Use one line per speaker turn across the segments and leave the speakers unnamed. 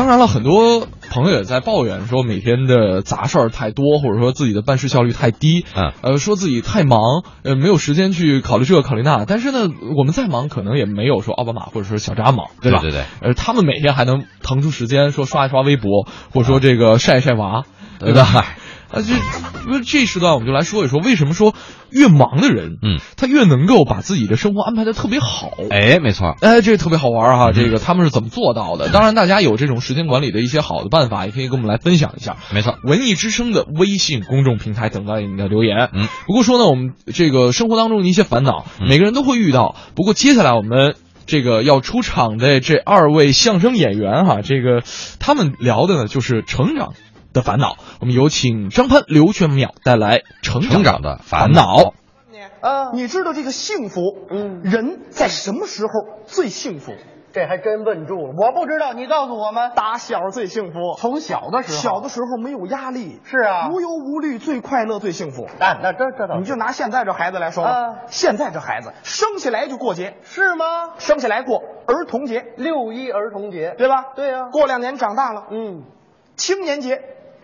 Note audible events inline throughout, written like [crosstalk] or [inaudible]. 然了，很多朋友也在抱怨说每天的杂事儿太多，或者说自己的办事效率太低，
嗯
呃，说自己太忙，呃，没有时间去考虑这个考虑那。但是呢，我们再忙，可能也没有说奥巴马或者说小扎忙，吧？
对对
呃，他们每天还能腾出时间说刷一刷微博，或者说这个晒一晒娃，对吧？
[laughs]
嗨
啊，这那这时段我们就来说一说，为什么说越忙的人，
嗯，
他越能够把自己的生活安排的特别好？
哎，没错，
哎，这个特别好玩儿
嗯
哈、这个他们是怎么做到的？当然，大家有这种时间管理的一些好的办法，也可以跟我们来分享一下。
没错，
文艺之声的微信公众平台等待你的留言。
嗯，
不过说呢，我们这个生活当中的一些烦恼，
嗯
每个人都会遇到。不过接下来我们这个要出场的这二位相声演员哈、这个他们聊的呢就是成长的烦恼。我们有请张潘、刘全淼带来成长
成长
的
的
烦
烦
恼。
啊，
你知道这个幸福，
嗯
人在什么时候最幸福？
这还真问住了。我不知道，你告诉我们。
打小最幸福，
从小的时候，
小的时候没有压力，
是啊
无忧无虑，最快乐，最幸福。
那那这这倒
你就拿现在这孩子来说吧，
啊
现在这孩子生下来就过节，
是吗？
生下来过儿童节，
六一儿童节，
对吧？
对啊
过两年长大了，
嗯，
青年节，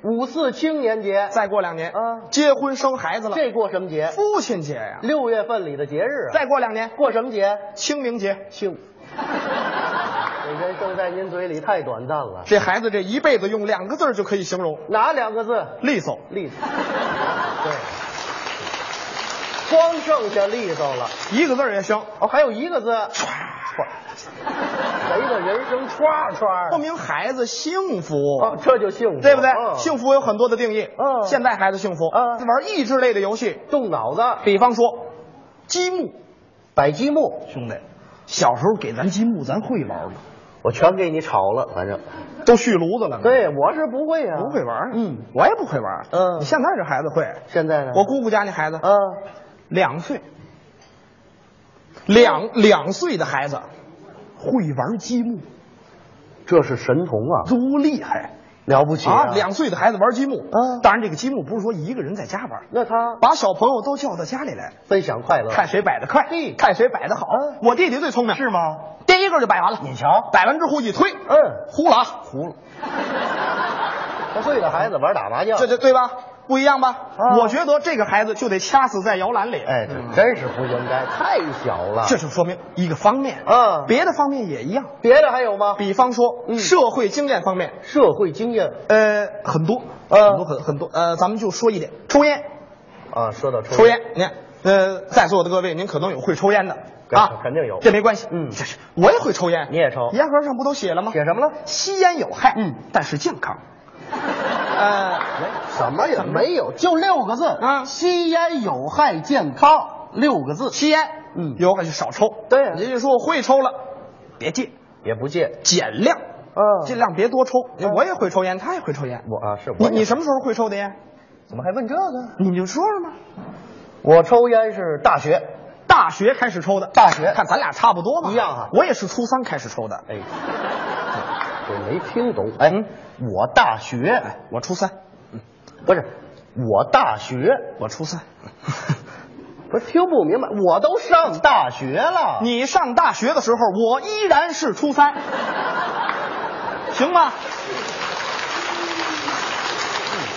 五四青年节，
再过两年，
啊
结婚生孩子了，
这过什么节？
父亲节呀、
六月份里的节日啊。
再过两年，
过什么节？
清明节。
庆。这人生在您嘴里太短暂了，
这孩子这一辈子用两个字儿就可以形容，
哪两个字？
利索。
利索。对，光剩下利索了。
一个字儿也行。
哦，还有一个字，谁的人生歘歘
说明孩子幸福，
啊，这就幸福，
对不对？
嗯
幸福有很多的定义。
嗯
现在孩子幸福，
嗯
玩益智类的游戏，
动脑子，
比方说积木，
摆积木，
兄弟，小时候给咱积木，咱会玩吗？
我全给你炒了，反正。
都续炉子了，，
对，我是不会啊，
不会。玩。
嗯，
我也不会玩。
嗯
你现在这孩子会。
现在呢？
我姑姑家那孩子，
嗯，
两岁，两两岁的孩子会玩积木，
这是神童啊，
多厉害
了不起
啊！两岁的孩子玩积木，
嗯
当然这个积木不是说一个人在家玩，
那他
把小朋友都叫到家里来，
分享快乐，
看谁摆的快
嗯嘿，嗯
看谁摆的好。我弟弟最聪明，是吗？第一个就摆完了，
你瞧
摆完之后一推，
嗯
呼了啊，呼了，
八岁的孩子玩打麻将，
这这对吧？不一样吧？
啊
我觉得这个孩子就得掐死在摇篮里。嗯
哎，这真是不应该，太小了。
这就说明一个方面
啊
别的方面也一样。
别的还有吗？
比方说、
嗯
社会经验方面，
社会经验
呃，很多，
呃
很多很很多，呃，咱们就说一点，抽烟，
啊，说到抽
抽烟，你看，呃，在座的各位，您可能有会抽烟的
对
啊，
肯定有
这没关系，
嗯
这是我也会抽烟，
你也抽
烟盒上不都写了吗？
写什么了？
吸烟有害，
嗯，
但是健
[laughs]
康。呃，
哎什么也没有，就六个字
啊
吸烟有害健康，六个字，
吸烟，
嗯
有害就少抽。
对啊
人家说我会抽了，别戒，
也不戒。
减量，
嗯
尽量别多抽。我也会抽烟，他也会抽烟。
我啊，是我
你
也
你什么时候会抽的烟？
怎么还问这个？
你就说说嘛。
我抽烟是大学，
大学开始抽的，
大学
看咱俩差不多嘛，
一样啊
我也是初三开始抽的，
哎，我没听懂。哎，我大学
我初三，
不是我大学，
我初三。
[laughs] 不是听不明白，我都上大学了。
你上大学的时候，我依然是初三，行吧？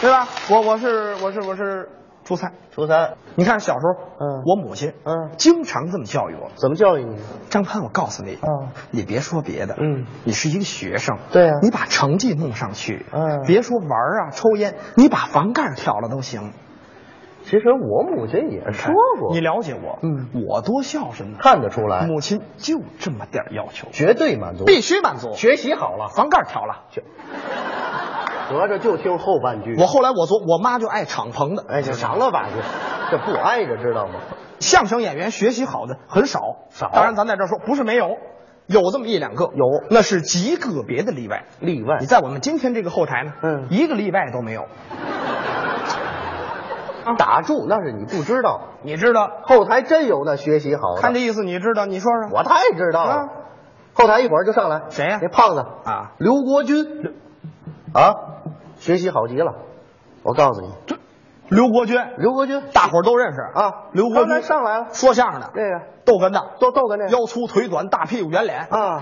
对吧？我我是我是我是初三。
初三
你看小时候，
嗯
我母亲，
嗯
经常这么教育我。
怎么教育你？
张潘，我告诉你，
嗯
你别说别的，
嗯，
你是一个学生，
对啊
你把成绩弄上去，
嗯
别说玩儿啊、抽烟，你把房盖儿挑了都行。
其实我母亲也说过，
哎你了解我，嗯，我多孝顺呢，
看得出来，
母亲就这么点儿要求，
绝对满足，
必须满足，
学习好了，
房盖儿挑了。
合着就听后半句。
我后来我做我妈就爱敞篷的，
哎，就长了吧唧，这不挨着知道吗？
相声演员学习好的很少，
少
当然咱在这儿说不是没有，有这哎么一两个，
有
那是极个别的例外。
例外
你在我们今天这个后台呢，
嗯
一个例外都没有。啊
打住，那是你不知道，
你知道，
后台真有那学习好的。
看这意思你知道，你说说。
我太知道了
啊。
后台一会儿就上来，
谁呀
那胖子
啊
刘国军，啊，学习好极了。我告诉你，
刘国军，
刘国军
大伙儿都认识
啊
刘国
刚
军
才上来了
说相声的，
这个
逗哏的，
逗逗哏这个
腰粗腿短，大屁股圆脸，
啊，哎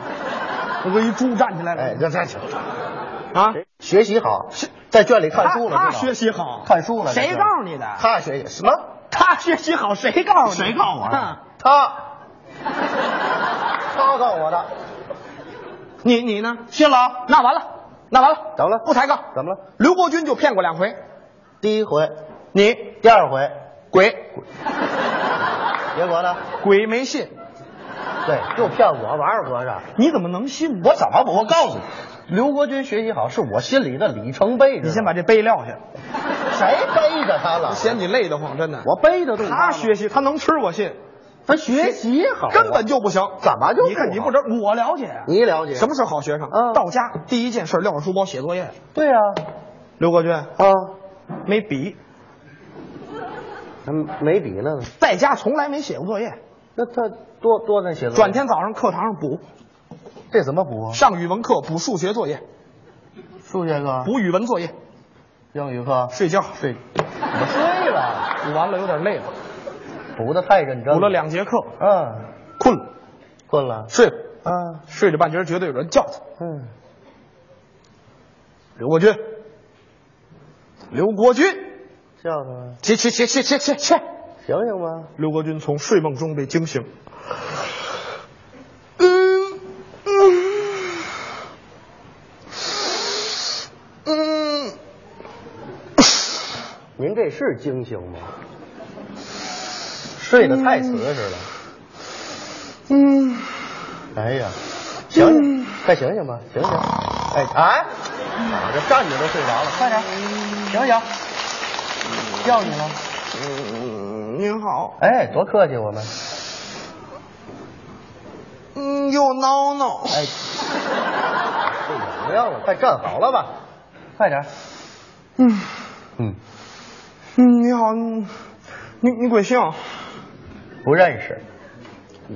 我跟一猪站起来了。
哎，这这这，
啊，
学习好，在圈里看书了，
他学习好，
看书了，
谁告诉你的？
他学习什么？嗯
他学习好，谁告诉你？啊
谁告诉我
啊
的？
他， [laughs] 他告诉我的。
你你呢？
信了？
那完了，那完了，
怎么了？
不抬杠，
怎么了？
刘国军就骗过两回，
第一回
你，
第二回
鬼，
结果呢？
鬼没信。
对，又骗我玩意儿，合着
你怎么能信？
我怎么？我告诉你，刘国军学习好是我心里的里程碑。
你先把这杯撂下，
谁背着他了？
嫌你累得慌，真的。
我背得动
他学习，他能吃我信。
他学习好，啊
根本就不行。
怎么就？
你看你不知道，我了解啊。
你了解
什么是好学生？到家第一件事撂上书包写作业。
嗯对啊呀，
刘国军
啊，
没笔，
嗯没笔了呢。
在家从来没写过作业。
那他多多那些，
转天早上课堂上补，
这怎么补啊？
上语文课补数学作业，
数学课
补语文作业，
英语课
睡觉
睡，我睡了，
补完了有点累了，
补的太认真了，
补了两节课，
嗯，
困了，
困了，
睡了，
啊，
睡着半截觉得有人叫他，
嗯，
刘国军，刘国军，
叫他吗？
起起起起起起起，
醒醒吧！
刘国军从睡梦中被惊醒。
嗯嗯嗯，您这是惊醒吗？睡得太瓷实了。
嗯，
哎呀，醒醒，快醒醒吧，醒醒！哎哎，我这站着都睡着了，快点，醒醒！叫你了。
嗯，您好。
哎，多客气我们。
嗯，给我挠挠。
哎，不要了，快站好了吧，快点。
嗯
嗯
嗯，你好，你你贵姓？
不认识。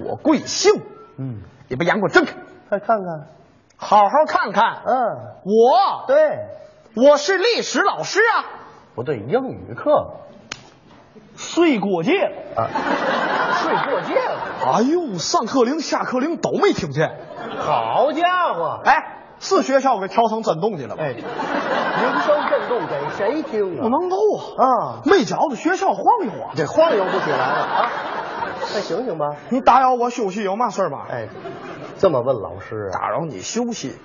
我贵姓？
嗯，
你把眼给我睁开，
快看看，
好好看看。
嗯，
我
对，
我是历史老师啊。
不对，英语课
睡过界了。
啊，睡过界了。
哎呦，上课铃、下课铃都没听见。
好家伙！
哎，是学校给调成震动去了吧？
哎，铃声震动给谁听啊？
不能够
啊
没觉着学校晃悠啊。
这晃悠不起来了啊！快醒醒吧！
你打扰我休息有嘛事儿吗？
哎，这么问老师啊？
打扰你休息。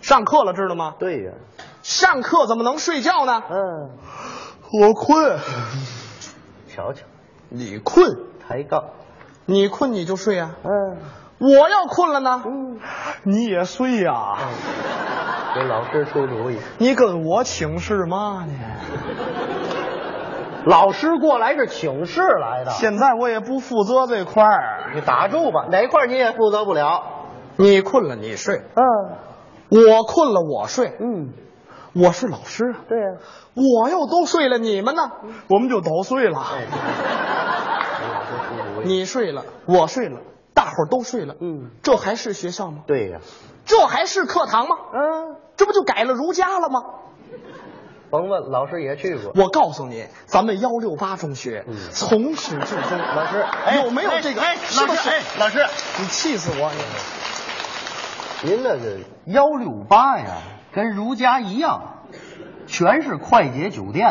上课了，知道吗？
对呀、
上课怎么能睡觉呢？
嗯，
我困，
瞧瞧，
你困，
抬杠，
你困你就睡呀、
嗯
我要困了呢，嗯
嗯，
你也睡呀、
给老师出主意。
你跟我请示嘛呢？
老师过来是请示来的，
现在我也不负责这块儿。
你打住吧，哪块儿你也负责不了。
你困了你睡，
嗯
我困了我睡，
嗯，
我是老师啊。
对呀、
我又都睡了，你们呢？我们就都睡了。
嗯哎，给老师出主意。
你睡了，我睡了，大伙儿都睡了。
嗯，
这还是学校吗？
对呀、
这还是课堂吗？
嗯，
这不就改了儒家了吗？
甭问，老师也去过。
我告诉你，咱们幺六八中学、
嗯
从始至终，
老师，
有没有这个？
哎，
是
老
不
师，
是
哎，老师，
你气死我！你
您那个幺六八呀，跟儒家一样，全是快捷酒店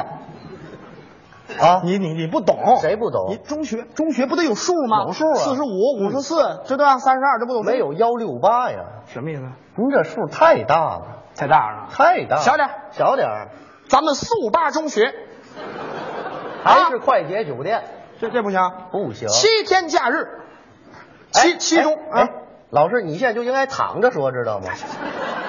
啊。
你你你不懂，
谁不懂
你中学中学不得有数吗？
有数啊
四十五、五十四，这对吧？三十二，这不都
没有幺六八呀？
什么意思？
您这数太大了，
太大了！
太大了。
小点儿
小点儿，
咱们速八中学，
还是快捷酒店？
这这不行。
不行。
七天假日，
哎
七七中
哎
啊
哎，老师，你现在就应该躺着说，知道吗？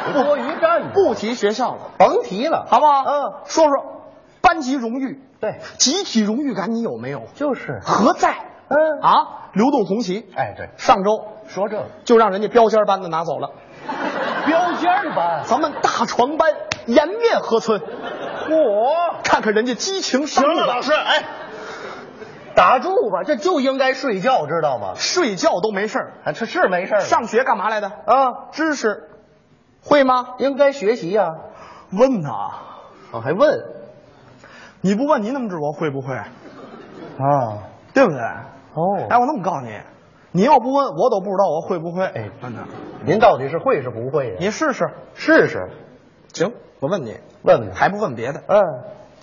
你多余站着，
不提学校了，
甭提了，
好不好？
嗯，
说说班级荣誉，
对，
集体荣誉感你有没有？
就是，
何在？
嗯
啊，流动红旗，
哎，对，
上周
说这个
就让人家标间班的拿走了，
标间儿班，
咱们大床班颜面何存？
嚯，
看看人家激情上
行
路的
了，老师，哎，
打住吧，这就应该睡觉，知道吗？
睡觉都没事儿，
啊，这是没事儿了
上学干嘛来的？
啊，
知识，会吗？
应该学习呀、
问呐，
我还问
你不问你怎么知道我会不会？
啊，
对不对？
哦
哎，我那么告诉你，你要不问我都不知道我会不会。
哎
真的，
您到底是会是不会呀、
你试试，
试试，
行，我问你，
问问
还不问别的？
嗯，
哎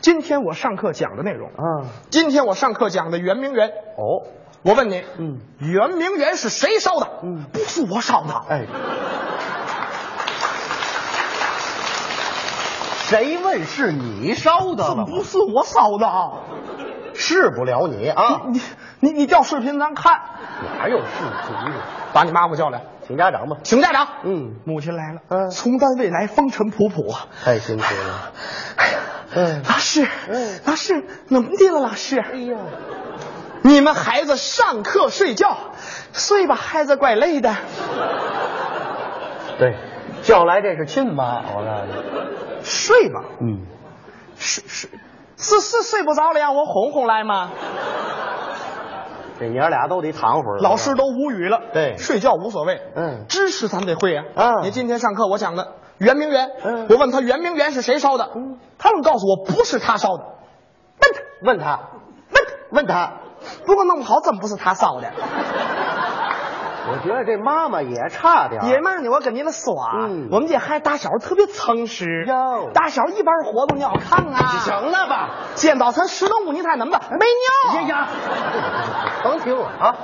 今天我上课讲的内容，
嗯，
今天我上课讲的圆明园，
哦，
我问你，
嗯，
圆明园是谁烧的？
嗯
不是我烧的。
哎，谁问是你烧的了吗？
不是我烧的啊！
是不了你啊！
你你你调视频咱看，
哪有是你的？
把你妈给我叫来，
请家长吧。
请家长。
嗯
母亲来了，
嗯
从单位来，风尘仆仆啊。
太辛苦了。
哎呀
嗯
老师，
嗯
老师，怎么的了？老师，
哎呀，
你们孩子上课睡觉，睡吧，孩子怪累的。
[laughs] 对，叫来这是亲妈， [laughs] 我告诉你。
睡吧，
嗯，
睡睡，是是睡不着了，让我哄哄来吗？
嗯这娘俩都得躺会儿。
老师都无语了。
对
睡觉无所谓。
嗯
知识咱们得会呀。
嗯
你今天上课我讲的圆明园，
嗯
我问他圆明园是谁烧的，
嗯
他们告诉我不是他烧的，问
问
他，
他，
问他，
问他，
不过弄不好真不是他烧的。
我觉得这妈妈也差点儿。
爷们儿呢，我跟你们说啊，
啊嗯
我们这孩子打小特别诚实，
哟
打小一般活动要看啊。
行了 [laughs] 吧？
见到他十动五你太能吧？没
哎
尿。
呀，甭听我啊，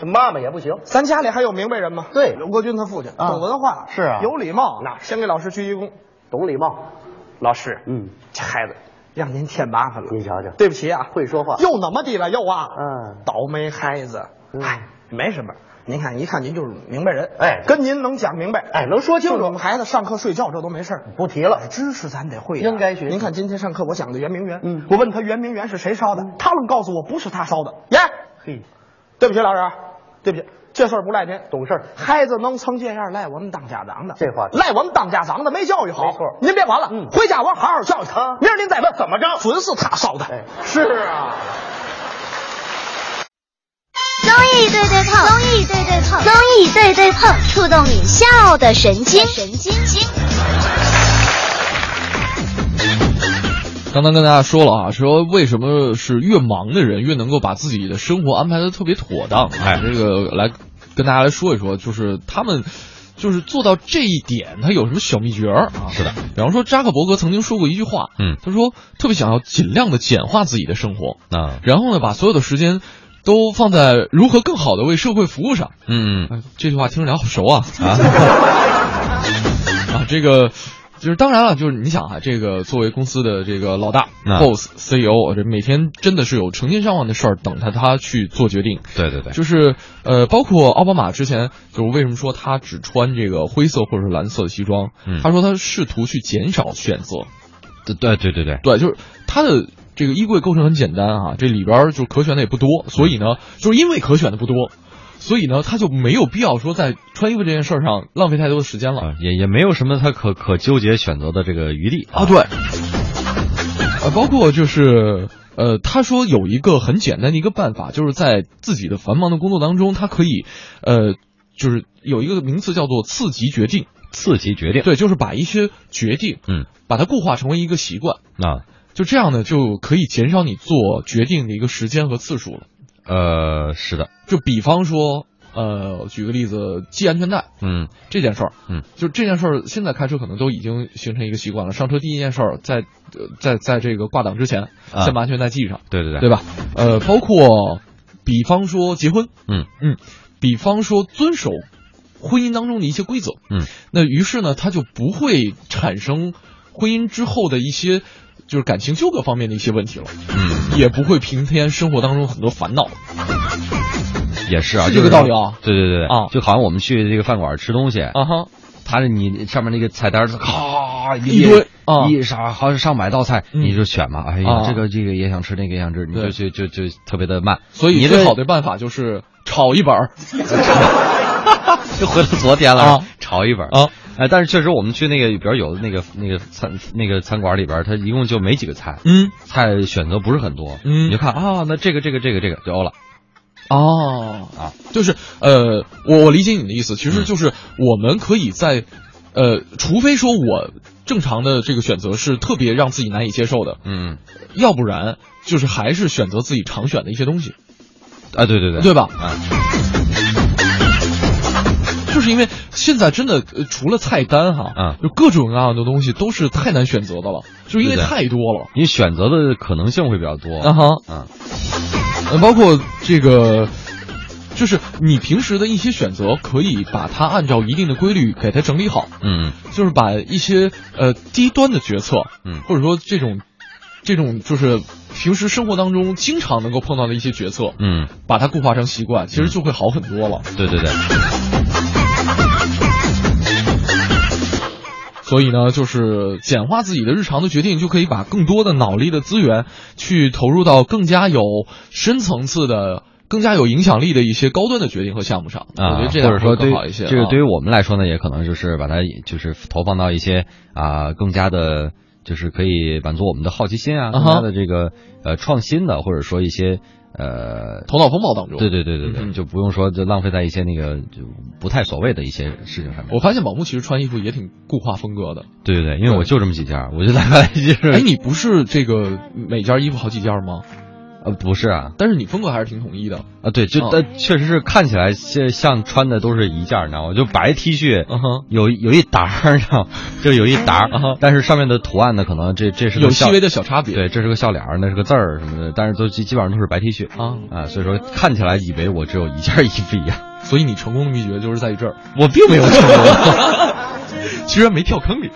这妈妈也不行。
咱家里还有明白人吗？
对
刘国军他父亲
啊
懂文化，
是啊
有礼貌。那先给老师鞠一躬。
懂礼貌。
老师，
嗯，
这孩子让您添麻烦了。
您瞧瞧，
对不起啊，
会说话
又怎么地了？又啊，
嗯
倒霉孩子，
嗯
哎，没什么。您看，一看您就是明白人，
哎
跟您能讲明白，
哎能说清楚
就我们孩子上课睡觉这都没事儿哎
不提了。
知识咱得会啊、
应该学习
您看今天上课我讲的圆明园，
嗯
我问他圆明园是谁烧的，他愣告诉我不是他烧的。耶，
嘿，
对不起老师啊，对不起，这事儿不赖您，
懂事儿。
孩子能成这样，赖我们当家长的。
这话
赖我们当家长的没教育好。
没错
您别管了，
嗯
回家我好好教育他。
啊
明儿您再问怎么着，准是他烧的。
哎，是啊。
综艺对对碰，综艺对对碰，综艺对对碰，触动你笑的神经，神经经。
刚才跟大家说了啊，说为什么是越忙的人越能够把自己的生活安排的特别妥当？哎，这个来跟大家来说一说，就是他们。就是做到这一点，他有什么小秘诀儿啊？
是的，
比方说扎克伯格曾经说过一句话，
嗯
他说特别想要尽量的简化自己的生活，
啊，
然后呢，把所有的时间都放在如何更好的为社会服务上。
嗯
哎这句话听着好熟啊
[laughs] 啊，
啊！这个就是当然了，就是你想啊，这个作为公司的这个老大、
嗯
boss、CEO，这每天真的是有成千上万的事儿等着他去做决定。
对对对，
就是呃，包括奥巴马之前，就是为什么说他只穿这个灰色或者是蓝色的西装？
嗯
他说他试图去减少选择。
对对对对对，
对，就是它的这个衣柜构成很简单啊，这里边儿就可选的也不多，所以呢，就是因为可选的不多，所以呢，他就没有必要说在穿衣服这件事儿上浪费太多的时间了
啊，也也没有什么他可可纠结选择的这个余地
啊。对，呃，包括就是。呃，他说有一个很简单的一个办法，就是在自己的繁忙的工作当中，他可以，呃，就是有一个名词叫做次级决定，
自己决定。
对，就是把一些决定，
嗯，
把它固化成为一个习惯，
啊，
就这样呢，就可以减少你做决定的一个时间和次数了。
呃，是的，
就比方说，呃，举个例子，系安全带
嗯
这件事儿，
嗯，
就这件事儿，现在开车可能都已经形成一个习惯了。上车第一件事儿，在呃在在这个挂档之前，
啊
先把安全带系上，
对对对，
对吧？呃，包括比方说结婚，
嗯
嗯，比方说遵守婚姻当中的一些规则，
嗯，
那于是呢，他就不会产生婚姻之后的一些就是感情纠葛方面的一些问题了，
嗯，
也不会平添生活当中很多烦恼了。
也是啊，
是
就
这个
是
道理啊
对对对对，
啊
就好像我们去这个饭馆吃东西，
啊哈，
他是你上面那个菜单，咔
一堆啊
一上好像上百道菜，
嗯
你就选嘛，哎呀
啊，
这个这个也想吃，那个也想吃，你就
对
就就就特别的慢。
所以
你
最
这
好的办法就是炒一本儿
就回到昨天了，
啊
炒一本
啊。
哎，但是确实我们去那个，比如有的那个那个餐那个餐馆里边，它一共就没几个菜，
嗯，
菜选择不是很多，
嗯
你就看啊，那这个这个这个这个就欧了
哦
啊，
就是呃，我我理解你的意思，
嗯
其实就是我们可以在，呃，除非说我正常的这个选择是特别让自己难以接受的，
嗯，
要不然就是还是选择自己常选的一些东西，
啊啊，对对对，
对吧
啊，
就是因为现在真的、呃除了菜单哈，
嗯
就各种各样的东西都是太难选择的了，就是因为
对的
太多了。
你选择的可能性会比较多。
啊哈，
嗯，
呃，包括这个，就是你平时的一些选择，可以把它按照一定的规律给它整理好，
嗯
就是把一些呃低端的决策，
嗯
或者说这种这种就是平时生活当中经常能够碰到的一些决策，
嗯，
把它固化成习惯，其实就会好很多了。
对对对，
所以呢，就是简化自己的日常的决定，就可以把更多的脑力的资源去投入到更加有深层次的、更加有影响力的一些高端的决定和项目上。
啊，
我觉得这样
或者说
会
对
更
于
好一些。啊
这个对
于
于我们来说呢，也可能就是把它就是投放到一些啊更加的，就是可以满足我们的好奇心啊，
啊
更
哈
加的这个呃创新的，或者说一些呃。
头脑风暴当中，
对对对对
嗯
对，就不用说就浪费在一些那个就不太所谓的一些事情上面。
我发现宝木其实穿衣服也挺固化风格的。
对对对，因为我就这么几件儿，我就大概就是
哎，你不是这个每件衣服好几件吗？
呃不是啊
但是你风格还是挺统一的。
啊对，就
哦
但确实是看起来像像穿的都是一件儿，你知道吗？就白 T 恤，
嗯哼，
有有一沓儿， [laughs] 你知道吗？就有一沓
啊哈
儿，但是上面的图案呢，可能这这是个
有
笑
细微的小差别。
对，这是个笑脸儿，那是个字儿什么的，但是都基基本上都是白 T 恤
啊
啊，所以说看起来以为我只有一件衣服一样，
所以你成功的秘诀就是在于这儿，
[laughs] 我并没有成功。
[laughs] 居然没跳坑里。